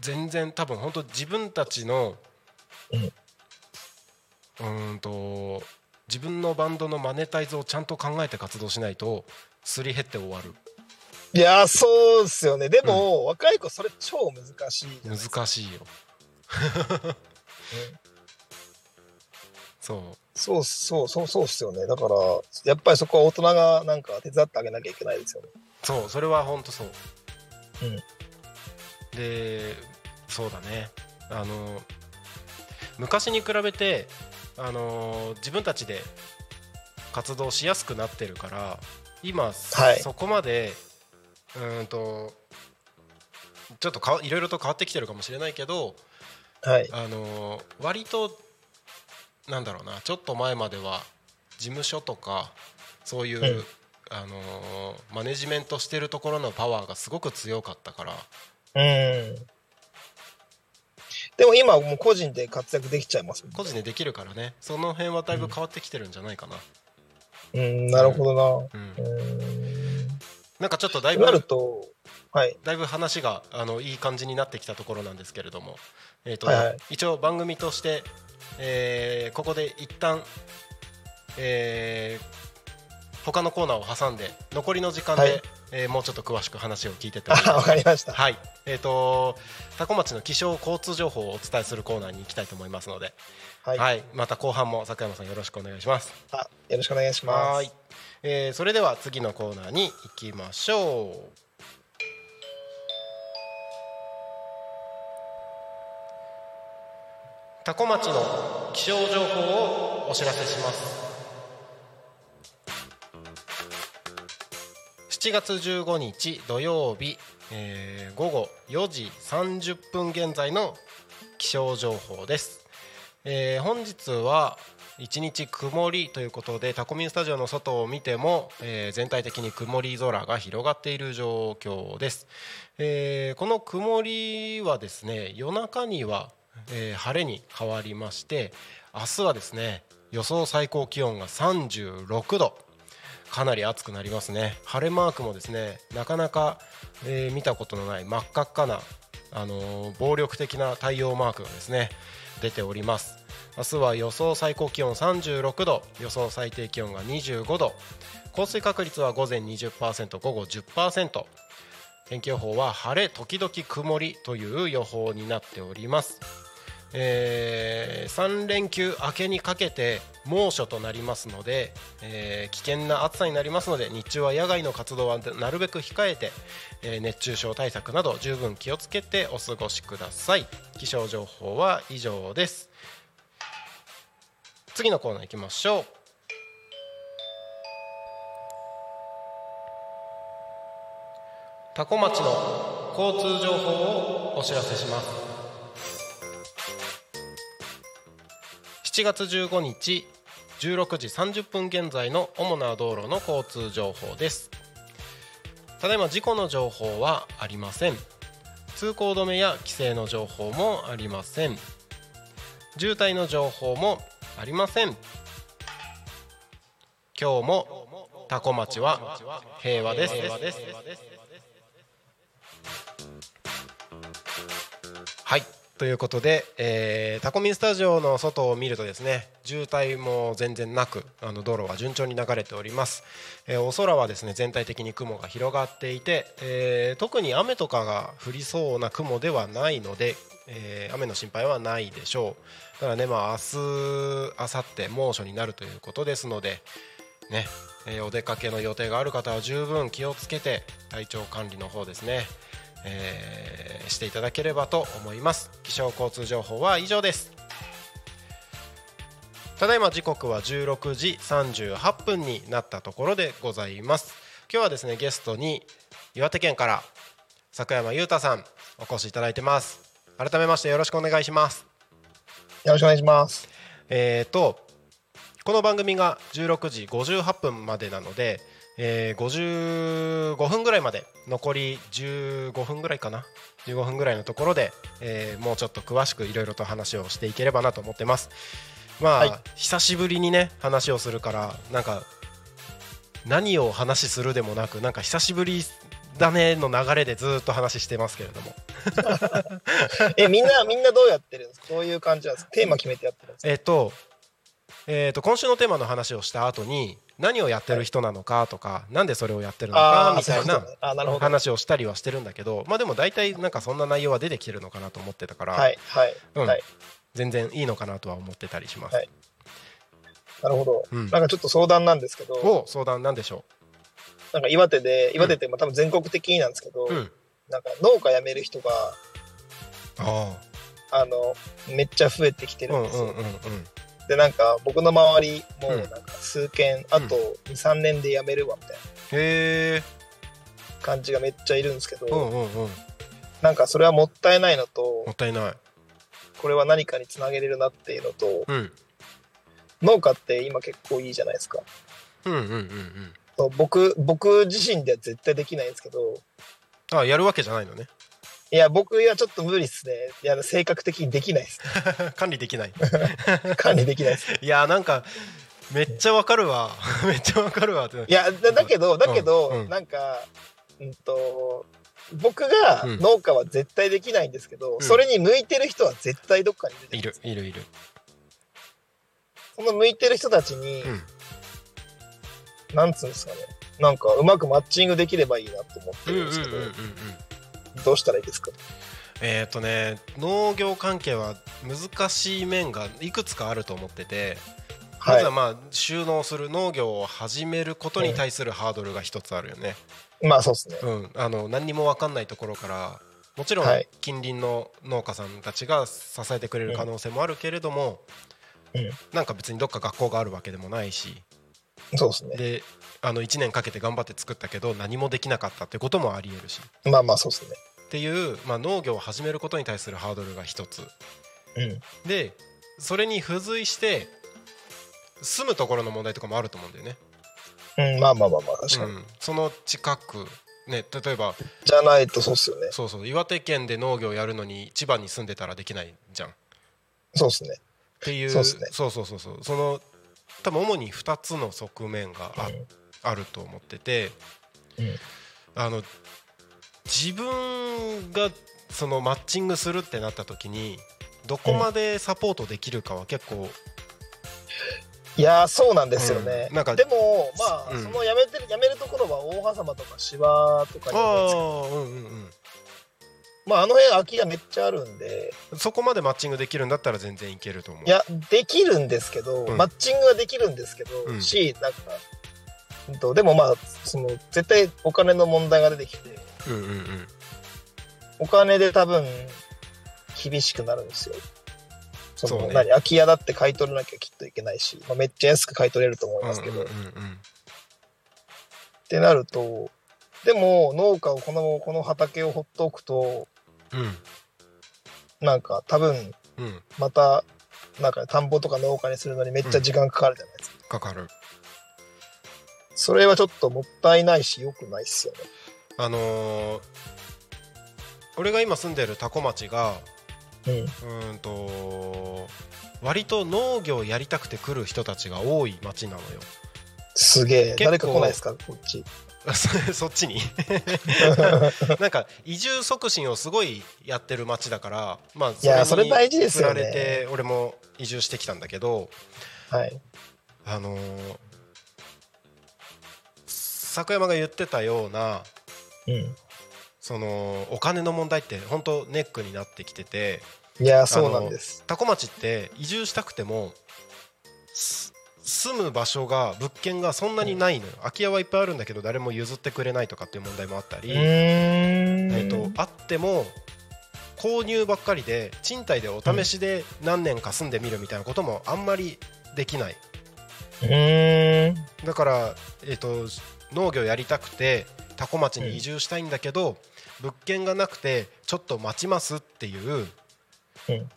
全然多分本当自分たちのうんうーんと自分のバンドのマネタイズをちゃんと考えて活動しないとすり減って終わるいやーそうっすよね。でも、若い子それ超難しいじゃないですか。難しいよそそうそうそうそうっすよね。だからやっぱりそこは大人がなんか手伝ってあげなきゃいけないですよね。うそうそれは本当そううんでそうだねあの昔に比べてあの自分たちで活動しやすくなってるから今、はいそこまでうーんとちょっとかいろいろと変わってきてるかもしれないけどはい。あの割となんだろうなちょっと前までは事務所とかそういう、うんあのマネジメントしてるところのパワーがすごく強かったから。うん。でも今もう個人で活躍できちゃいますもんね個人でできるからねその辺はだいぶ変わってきてるんじゃないかな、うん、なるほどうんな。うん。なんかちょっとだいとぶなると、はい。だいぶ話があのいい感じになってきたところなんですけれども、えーとはいはい一応番組として、えーここで一旦、えー他のコーナーを挟んで残りの時間で、はいえーもうちょっと詳しく話を聞いてってもらいあま わすかりました。はい、えっ、と多古町の気象交通情報をお伝えするコーナーに行きたいと思いますので、は。はいい、また後半も桜山さんよろしくお願いします。あよろしくお願いします。はい、えーそれでは次のコーナーに行きましょう。多古町の気象情報をお知らせします。7月15日土曜日、えー午後4時30分現在の気象情報です、えー本日は一日曇りということでタコミンスタジオの外を見ても、えー全体的に曇り空が広がっている状況です、えーこの曇りはですね夜中には、えー晴れに変わりまして明日はですね予想最高気温が36度かなり暑くなりますね晴れマークもですねなかなか、えー見たことのない真っ赤っかな、あのー暴力的な太陽マークがですね出ております明日は予想最高気温36度予想最低気温が25度降水確率は午前20%午後10%天気予報は晴れ時々曇りという予報になっておりますえ3連休明けにかけて猛暑となりますので、えー危険な暑さになりますので日中は野外の活動はなるべく控えて、えー熱中症対策など十分気をつけてお過ごしください気象情報は以上です次のコーナー行きましょう多古町の交通情報をお知らせします7月15日16時30分現在の主な道路の交通情報ですただいま事故の情報はありません通行止めや規制の情報もありません渋滞の情報もありません今日もタコ町は平和ですはいということで、えータコミンスタジオの外を見るとですね渋滞も全然なくあの道路は順調に流れております、えーお空はですね全体的に雲が広がっていて、えー特に雨とかが降りそうな雲ではないので、えー雨の心配はないでしょうただねまあ明日明後日猛暑になるということですのでね、えーお出かけの予定がある方は十分気をつけて体調管理の方ですね、えーしていただければと思います気象交通情報は以上ですただいま時刻は16時38分になったところでございます今日はですねゲストに岩手県から坂山裕太さんお越しいただいてます改めましてよろしくお願いしますよろしくお願いします。えー、とこの番組が16時58分までなので、えー、55分ぐらいまで残り15分ぐらいかな15分ぐらいのところで、えーもうちょっと詳しくいろいろと話をしていければなと思ってますまあ、はい久しぶりにね話をするからなんか何を話しするでもなくなんか久しぶりだねの流れでずーっと話してますけれどもえみんなみんなどうやってるんですか。どういう感じなんですか。テーマ決めてやってるんですか。えっと、えっと今週のテーマの話をした後に何をやってる人なのかとか、なんでそれをやってるのかああみそうたいういことなね。あなるほど。話をしたりはしてるんだけどまあでも大体なんかそんな内容は出てきてるのかなと思ってたから、はいはい、うんはい。全然いいのかなとは思ってたりします。はいなるほど、うんなんかちょっと相談なんですけど、お相談なんでしょなんか岩手で岩手ってまあ多分全国的になんですけど、う、うん、なんか農家辞める人がああのめっちゃ増えてきてあうるんんうですよ。んうんうんでなんか僕の周りもうんなんか数件、あと23年で辞めるわみたいなへえ感じがめっちゃいるんですけど、うんうんうんなんかそれはもったいないのともったいないこれは何かにつなげれるなっていうのとうん農家って今結構いいじゃないですかうんうんうんうんそう僕僕自身では絶対できないんですけどあやるわけじゃないのね いや僕はちょっと無理っすねいや性格的にできないっす管理できないね管理できないっすねいやなんかめっちゃわかるわ めっちゃわかるわって いやだだけどだけど、うんうんなんかうんと僕がうん農家は絶対できないんですけど、んそれに向いてる人は絶対どっかに出ているいるいるその向いてる人たちに、うんなんつうんですかねなんかうまくマッチングできればいいなと思ってるんですけど、どうしたらいいですかえっ、とね農業関係は難しい面がいくつかあると思ってて、まずはまあ収納する農業を始めることに対するハードルが一つあるよね。まあそうですね。うん、あの何にも分かんないところからもちろんはい近隣の農家さんたちが支えてくれる可能性もあるけれども、うんなんか別にどっか学校があるわけでもないしそうですね。であの1年かけて頑張って作ったけど何もできなかったってこともありえるしまあまあそうですっていう、まあ、農業を始めることに対するハードルが一つね。でそれに付随して住むところの問題とかもあると思うんだよね、うん。うん、まあまあまあまあ確かうに。ん、その近くね例えばじゃないとそうっすよね。そうそう岩手県で農業やるのに千葉に住んでたらできないじゃんっそうっすね。ていうそうっすねそうそうそうそうその多分主に2つの側面があ,、うんあると思ってて、うんあの自分がそのマッチングするってなった時にどこまでサポートできるかは結構、いやーそうなんですよね。うんなんかでもまあ、うんそのやめてるやめるところは大葉様とか芝とかにああうんうんまああの辺空きがめっちゃあるんでうんそこまでマッチングできるんだったら全然いけると思ういやできるんですけど、うんマッチングはできるんですけど、うんしなんか、うんと、でもまあその絶対お金の問題が出てきてうんうんうんお金で多分厳しくなるんですよ。そのそうね何空き家だって買い取らなきゃきっといけないし、まあ、めっちゃ安く買い取れると思いますけど、うんうんうんっうんてなるとでも農家をこのこの畑を放っておくとなんか多分うんうんまたなんか田んぼとか農家にするのにめっちゃ時間かかるじゃないですか、かかるそれはちょっともったいないし良くないっすよねあのー俺が今住んでる多古町がうんうーんと割と農業やりたくて来る人たちが多い町なのよ すげえ結構誰か来ないですかこっちそそっちに なんか移住促進をすごいやってる町だからまあいやにそれ大事ですよ振ねられて俺も移住してきたんだけどはいあのー坂山が言ってたようなうんそのお金の問題って本当ネックになってきてていやそうなんですタコ町って移住したくてもす住む場所が物件がそんなにないのよ空き家はいっぱいあるんだけど誰も譲ってくれないとかっていう問題もあったり、うえーんっとあっても購入ばっかりで賃貸でお試しで何年か住んでみるみたいなこともあんまりできないうーんだから、えっと農業やりたくてタコ町に移住したいんだけど、物件がなくてちょっと待ちますっていう、うん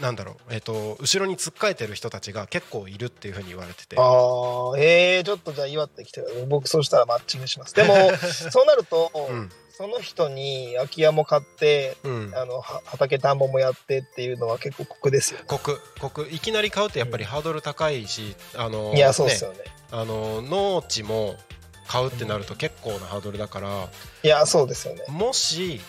なんだろう、えっと後ろに突っかえてる人たちが結構いるっていうふうに言われててああえー、ちょっとじゃあ岩手来てください僕そうしたらマッチングしますで もそうなると、うんその人に空き家も買ってうんあのは畑田んぼもやってっていうのは結構酷ですよ、ね、国国いきなり買うってやっぱりハードル高いし、あのいやそうっすよねねあの農地も買うってなると結構なハードルだから、いやそうですよねもし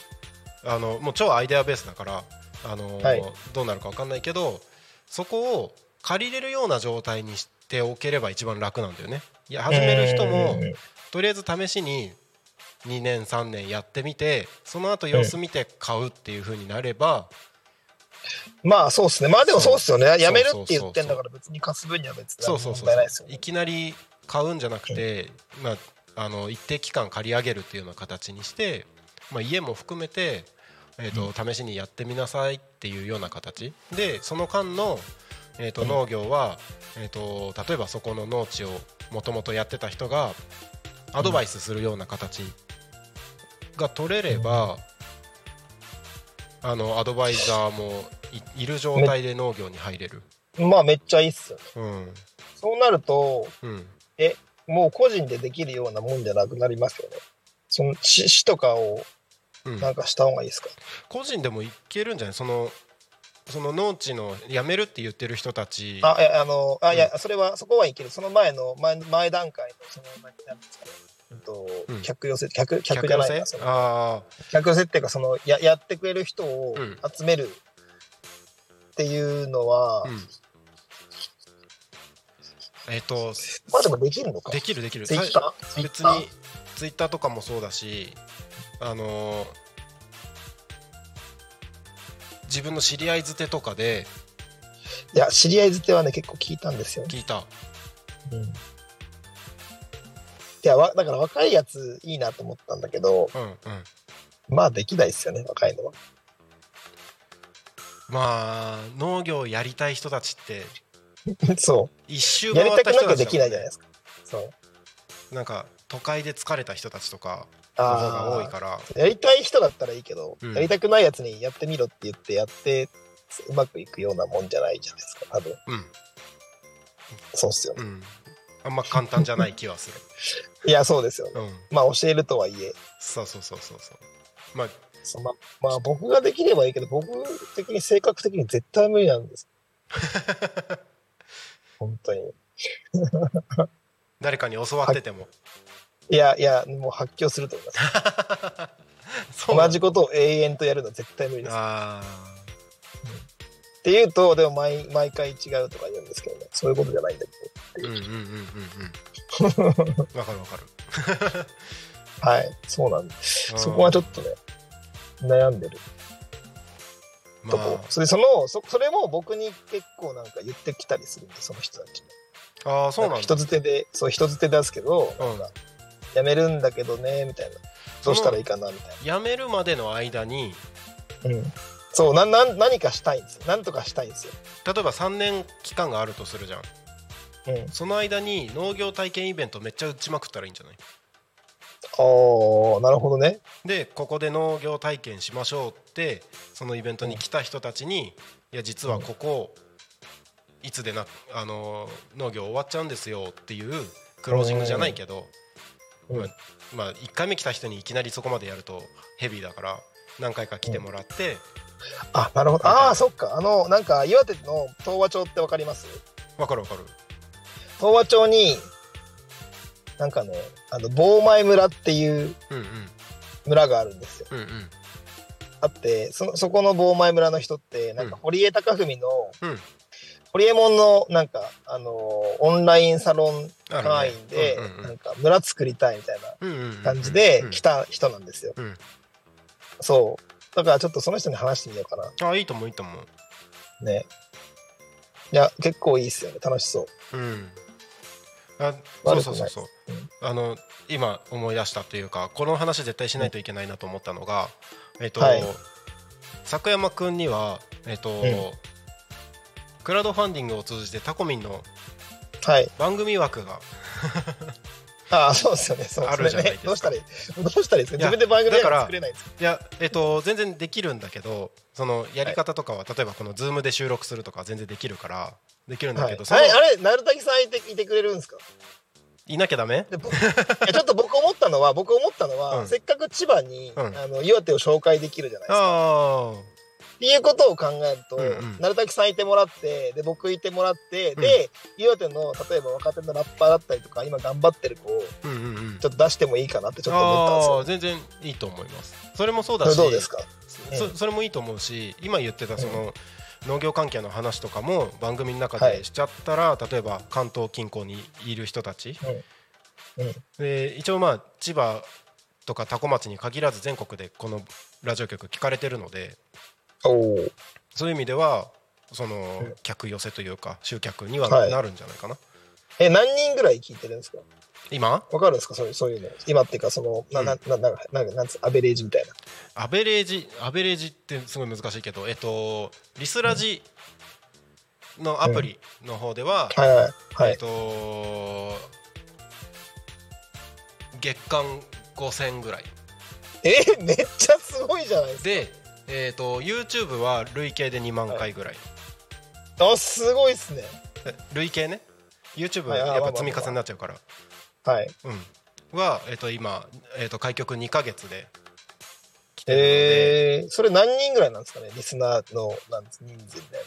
あのもう超アイデアベースだからあの、はいどうなるか分かんないけどそこを借りれるような状態にしておければ一番楽なんだよね。いや始める人もうんとりあえず試しに2年3年やってみてその後様子見て買うっていう風になれば、まあそうですね。まあでもそうっすよね。うやめるって言ってんだから別に貸す分には別にそう何そうも問そう題ないですよいね。きなり買うんじゃなくて、まあ、あの一定期間借り上げるっていうような形にして、まあ、家も含めて、えーと試しにやってみなさいっていうような形でその間の、えー、と農業は、えー、と例えばそこの農地をもともとやってた人がアドバイスするような形が取れれば、あのアドバイザーもいいる状態で農業に入れる。まあめっちゃいいっすよね。うんそうなると、うんもう個人でできるようなもんじゃなくなりますよね。その市市とかをうんなんかした方がいいですか、個人でもいけるんじゃないそのその農地の辞めるって言ってる人たちあ、いや、あの、あ、いや、それは、そこはいける。その前の、前、前段階の、その、何なんですかね。うんとうん客寄せ、客、客客じゃ寄なせいそのあ客寄せっていうか、その、や、やってくれる人をうん集めるっていうのは、あ、うん、えっ、とまあでもできるのか。できるできるツイッさター別にツイッターとかもそうだしあのー自分の知り合いづてとかでいや、知り合いづてはね、結構聞いたんですよ。聞いたうん。いや、わだから若いやついいなと思ったんだけど、うんうんまあできないですよね、若いのは。 まあ農業やりたい人たちってそ一周う。や回りったたくな人きゃたちだもできなんいねじゃないですか。そう。なんか都会で疲れた人たちとかの方あがあ多いからやりたい人だったらいいけど、うんやりたくないやつにやってみろって言ってやってうまくいくようなもんじゃないじゃないですか多分うそうっすよねんうんあんま簡単じゃない気はすいや そうですよねるうんまあ教えるとはいえそうそうそうそうそうまあそのまあ僕ができればいいけど僕的に性格的に絶対無理なんです本当に 誰かに教わってて もいやいやもう発狂すると思いますそう同じことを永遠とやるのは絶対無理ですっあていうとでも毎毎回違うとか言うんですけどねそういうことじゃないんだけーうんうんうんうんう んわかるわかるどはいそうなんですそこはちょっとね悩んでるうんとこ、それそのそそれも僕に結構なんか言ってきたりするんでその人たちまあ、あーそうなんだ人づてでそう人づて出すけど、うんなんかやめるんだけどねみたいなどうしたらいいかなみたい辞めるまでの間にな、うん、そうなんなん何かしたいんですよ何とかしたいんですよ、例えば3年期間があるとするじゃんうん、その間に農業体験イベントめっちゃ打ちまくったらいいんじゃないおーなるほどねでここで農業体験しましょうってそのイベントに来た人たちにいや実はここいつでなあの農業終わっちゃうんですよっていうクロージングじゃないけど、うんまあまあ、1回目来た人にいきなりそこまでやるとヘビーだから何回か来てもらってあなるほどああそっかあのなんか岩手の東和町ってわかりますわかるわかる東和町になんかねあの坊前村っていううんうん村があるんですようんうんあってそそこの坊前村の人ってなんか堀江貴文の、うんホリエモンのなんか、あのーオンラインサロンあるね会員で、うんうんうんなんか村作りたいみたいうんうんうんうんな感じで来た人なんですよ。うんそう。だからちょっとその人に話してみようかな。あいいと思ういいと思うね。いや、結構いいっすよね。楽しそうう。んあそう悪そくうなそういそううんあの今思い出したというかこの話絶対しないといけないなと思ったのが、えっとはい佐久山君には、えっとんクラウドファンディングを通じてタコミンのはい。番組枠がああ、そうですよね。そうあるじゃないですかそれねどうしたらいいどうしたらいいですいかや自分で番組だから作れないんですかいや、えっと全然できるんだけどそのやり方とかは、例えばこの Zoom で収録するとか全然できるからできるんだはけいど、、そあのれ、あれ、なるたきさんいていてくれるんですかいなきゃダメ で僕いやちょっと僕思ったのは、僕思ったのは、うんせっかく千葉に、うんあの岩手を紹介できるじゃないですか。ああっていうことを考えると、うんうんなるたきさんいてもらってで僕いてもらって、うんで岩手の例えば若手のラッパーだったりとか今頑張ってる子をうんうんうんちょっと出してもいいかなってちょっとあ思あった全ん然いいと思いますそれもそうだですしよ。それどうですかそそれもいいと思うし今言ってたその農業関係の話とかも番組の中でしちゃったら、例えば関東近郊にいる人たち、うんで一応まあ千葉とか多古町に限らず全国でこのラジオ局聞かれてるのでおーそういう意味ではそのうん客寄せというか集客にははいなるんじゃないかな、え何人ぐらい聞いてるんですか今わかるんですかそういうそういうの今っていうかそのな、なななななんつうアベレージみたいなアベレージアベレージってすごい難しいけどえっとリスラジのアプリの方では、はいはいはえっいと月間5000ぐらいえめっちゃすごいじゃないですで、えっと YouTube は累計で2万回ぐらい、かあすごいっすねえ累計ね YouTube はいやあっまあまあぱまあ積み重ねになっちゃうからはいうんは、えっと今、えっと開局2か月で来てるので、えー、それ何人ぐらいなんですかねリスナーのなんつ人数みたいな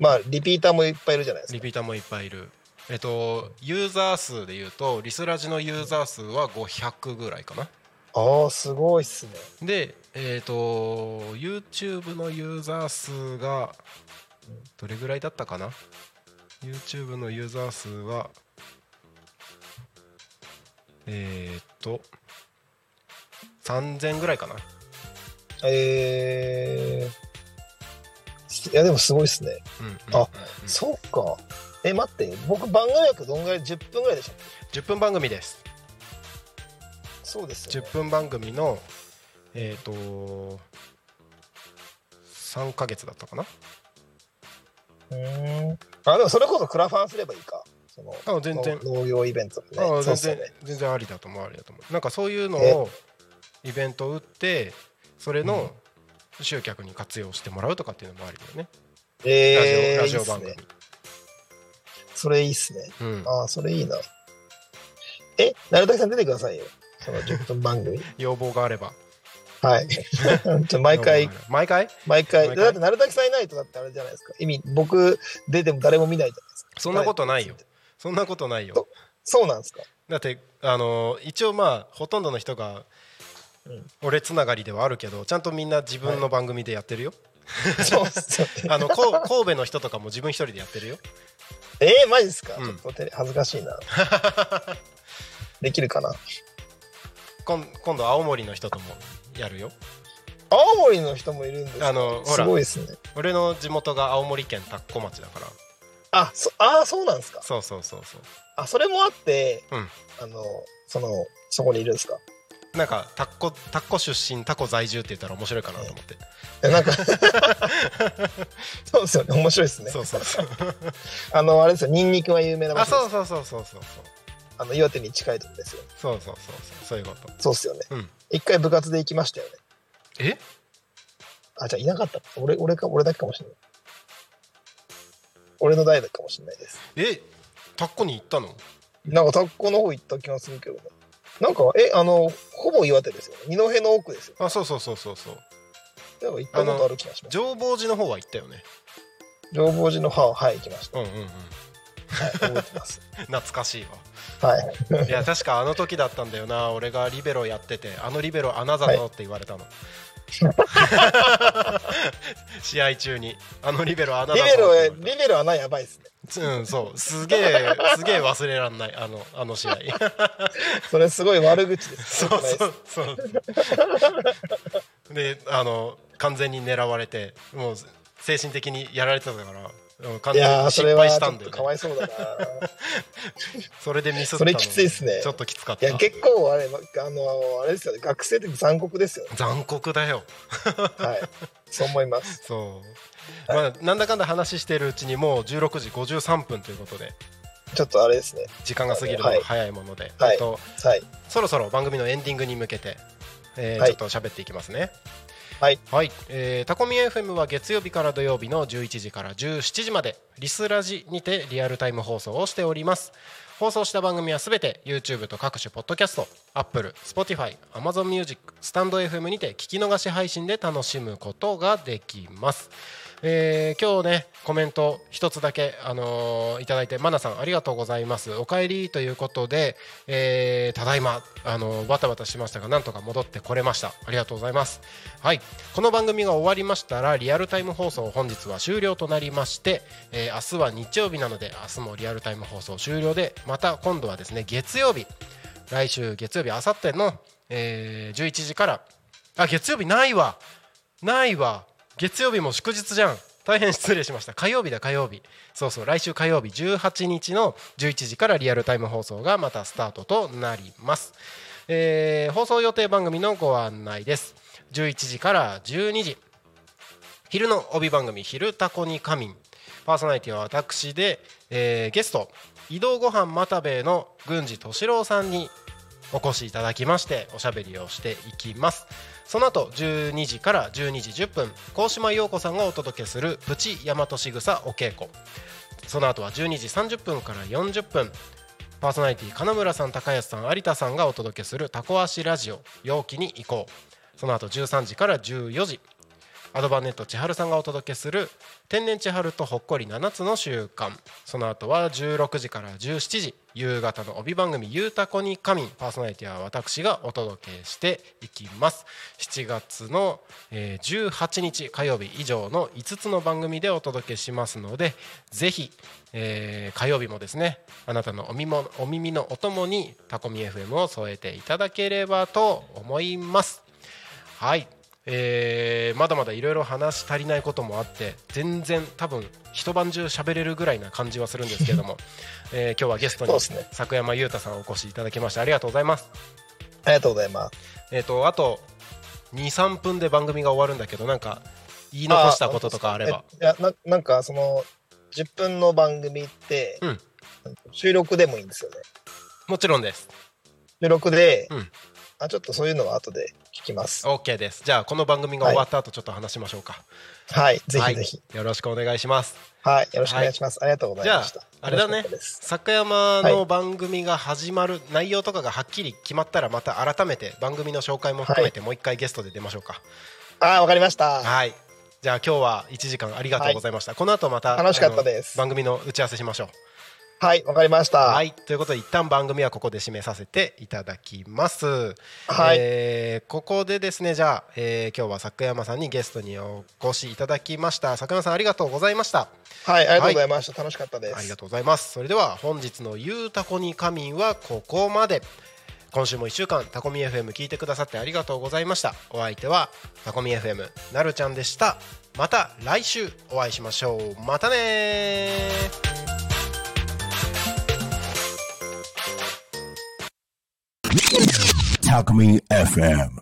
まあリピーターもいっぱいいるじゃないですリかピーターもいっぱいいるえっとユーザー数でいうとリスラジのユーザー数は500ぐらいかなああすごいっすねで、えー、と YouTube のユーザー数がどれぐらいだったかな YouTube のユーザー数はえーっと3000ぐらいかなえー、いやでもすごいですね、うんうんあうんそうかえ待って僕番組枠どんぐらい10分ぐらいでしたっけ10分番組ですそうですよ、ね、 10分番組のえーっと3ヶ月だったかなうーんあでもそれこそクラファンすればいいかそのあ全然農農業イベントでねああそ全うっすよ然ね全然ありだと思うありだと思うなんかそういうのえをイベントを打ってそれの集客に活用してもらうとかっていうのもありだよね、えー、ラジオラジオ番いい組っすねそれいいっすねうん、ああそれいいなえ成田さん出てくださいよその10分 番組要望があればはい ちょ毎 回要望があれば毎回毎回毎回だって成田さんいないとだってあれじゃないですか意味僕出ても誰も見ないじゃないですかそんなことないよそんなことないよとそうなんですかだってあの一応まあほとんどの人がうん俺つながりではあるけどちゃんとみんな自分の番組でやってるよ、そうっすよね あのこう神戸の人とかも自分一人でやってるよえー、マジですか、うんちょっとテレ恥ずかし いなできるかな今今度青森の人ともやるよ青森の人もいるんですかあのほすらごいですね俺の地元が青森県田子町だからあそあーそうなんですかそうそうそうそうあそれもあって、うんあのそのそこにいるんですかなんかタッコタッコ出身タコ在住って言ったら面白いかなと思って、えな んかそうですよね面白いですねそうそう そうあのあれですよニンニクが有名な場あ所そでうそうそうそうそうそうすあの岩手に近いとこですよねそうそうそうそうそういうことそうっすよねうん一回部活で行きましたよねえあじゃあいなかった俺俺か俺だけかもしれない俺の代だけかもしれないですえタッコに行ったのなんか卓球の方行った気がするけどねなんかえあのほぼ岩手ですよね二戸の奥ですよあそうそうそうそうそうなんか行ったことある気がします浄法寺の方は行ったよね浄法寺の歯をはい行きましたうんうんうんはい覚えてます懐かしいはいわいや確かあの時だったんだよな俺がリベロやっててあのリベロあなただろって言われ たの、試合中にあのリベロあなたリだろっベロて言われたリベロはなやばいですねうん、そう、すげえ、すげえ忘れらんない、あの、あの試 合。それすごい悪口です そようそう、そう。で、あの、完全に狙われて、もう精神的にやられてたから。もう完い全やーにそれ失は敗ちしたょんっだとよ、かわね。いそうだなそれでミスったの。それきついっすねちょっときつかっいたや。結構あれあのあれですよね学生的に残 酷ですよね残酷だよ。はいそう思いますそう。まあ、なんだかんだ話してるうちに、もう16時53分ということで。ちょっとあれですね時間が過ぎるのが早いもので、はいえっと、はいそろそろ番組のエンディングに向けて、えーはいちょっと喋っていきますねはい、はいえータコミ FM は月曜日から土曜日の11時から17時までリスラジにてリアルタイム放送をしております放送した番組はすべて YouTube と各種ポッドキャスト Apple、Spotify、AmazonMusic、スタンド FM にて聞き逃し配信で楽しむことができます、えー今日ねコメント一つだけ、あのーいただいてマナさんありがとうございますお帰りということで、えーただいま、あのーバタバタしましたがなんとか戻ってこれましたありがとうございますはいこの番組が終わりましたらリアルタイム放送本日は終了となりまして、えー明日は日曜日なので明日もリアルタイム放送終了でまた今度はですね月曜日来週月曜日あさっての、えー11時からあ月曜日ないわないわ月曜日も祝日じゃん大変 失礼しました火曜日だ火曜日そうそう来週火曜日18日の11時からリアルタイム放送がまたスタートとなります、えー放送予定番組のご案内です11時から12時昼の帯番組「昼タコに仮眠」パーソナリティは私で、えーゲスト移動ご飯又兵衛の郡司敏郎さんにお越しいただきましておしゃべりをしていきますその後12時から12時10分高島陽子さんがお届けする「プチ大和しぐさお稽古」その後は12時30分から40分パーソナリティ金村さん高安さん有田さんがお届けする「タコ足ラジオ陽気に行こう」その後13時から14時アドバンネット千春さんがお届けする「天然千春とほっこり7つの習慣」その後は16時から17時夕方の帯番組「ゆうたこに神」パーソナリティは私がお届けしていきます7月の、えー18日火曜日以上の5つの番組でお届けしますのでぜひ、えー火曜日もですねあなたのおみもお耳のお供にタコミ FM を添えていただければと思いますはい、えーまだまだいろいろ話足りないこともあって全然多分一晩中喋れるぐらいな感じはするんですけ ども、えー今日はゲストにそうですね作山裕太さんをお越しいただきましてありがとうございます。ありがとうございます。えっ、とあと23分で番組が終わるんだけどなんか言い残したこととかあればえいやななんかその10分の番組って、うん収録でもいいんですよねもちろんです。収録で、うんあちょっとそういうのは後で聞きますオッケーです。じゃあこの番組が終わった後ちょっと話しましょうか。はいぜはひいぜひよろしくお願いします。はい、よろしくお願いします、ありがとうございましたじゃああれだね楽しかったです作山の番組が始まる内容とかがはっきり決まったらまた改めて番組の紹介も含めてもう一回ゲストで出ましょうか。あーわかりましたはい。じゃあ今日は1時間ありがとうございました。この後また楽しかったであすの番組の打ち合わせしましょう。はいわかりましたははい、い、ということで一旦番組はここで締めさせていただきます。はいえーここでですねじゃあ、えー今日は作山さんにゲストにお越しいただきました作山さんありがとうございました。ありがとうございました、楽しかったですありがとうございます。それでは本日の「ゆうたこに仮眠」はここまで。今週も1週間タコミ FM 聞いてくださってありがとうございました。お相手はタコミ FM なるちゃんでした。また来週お会いしましょう。またねー Talk Me FM.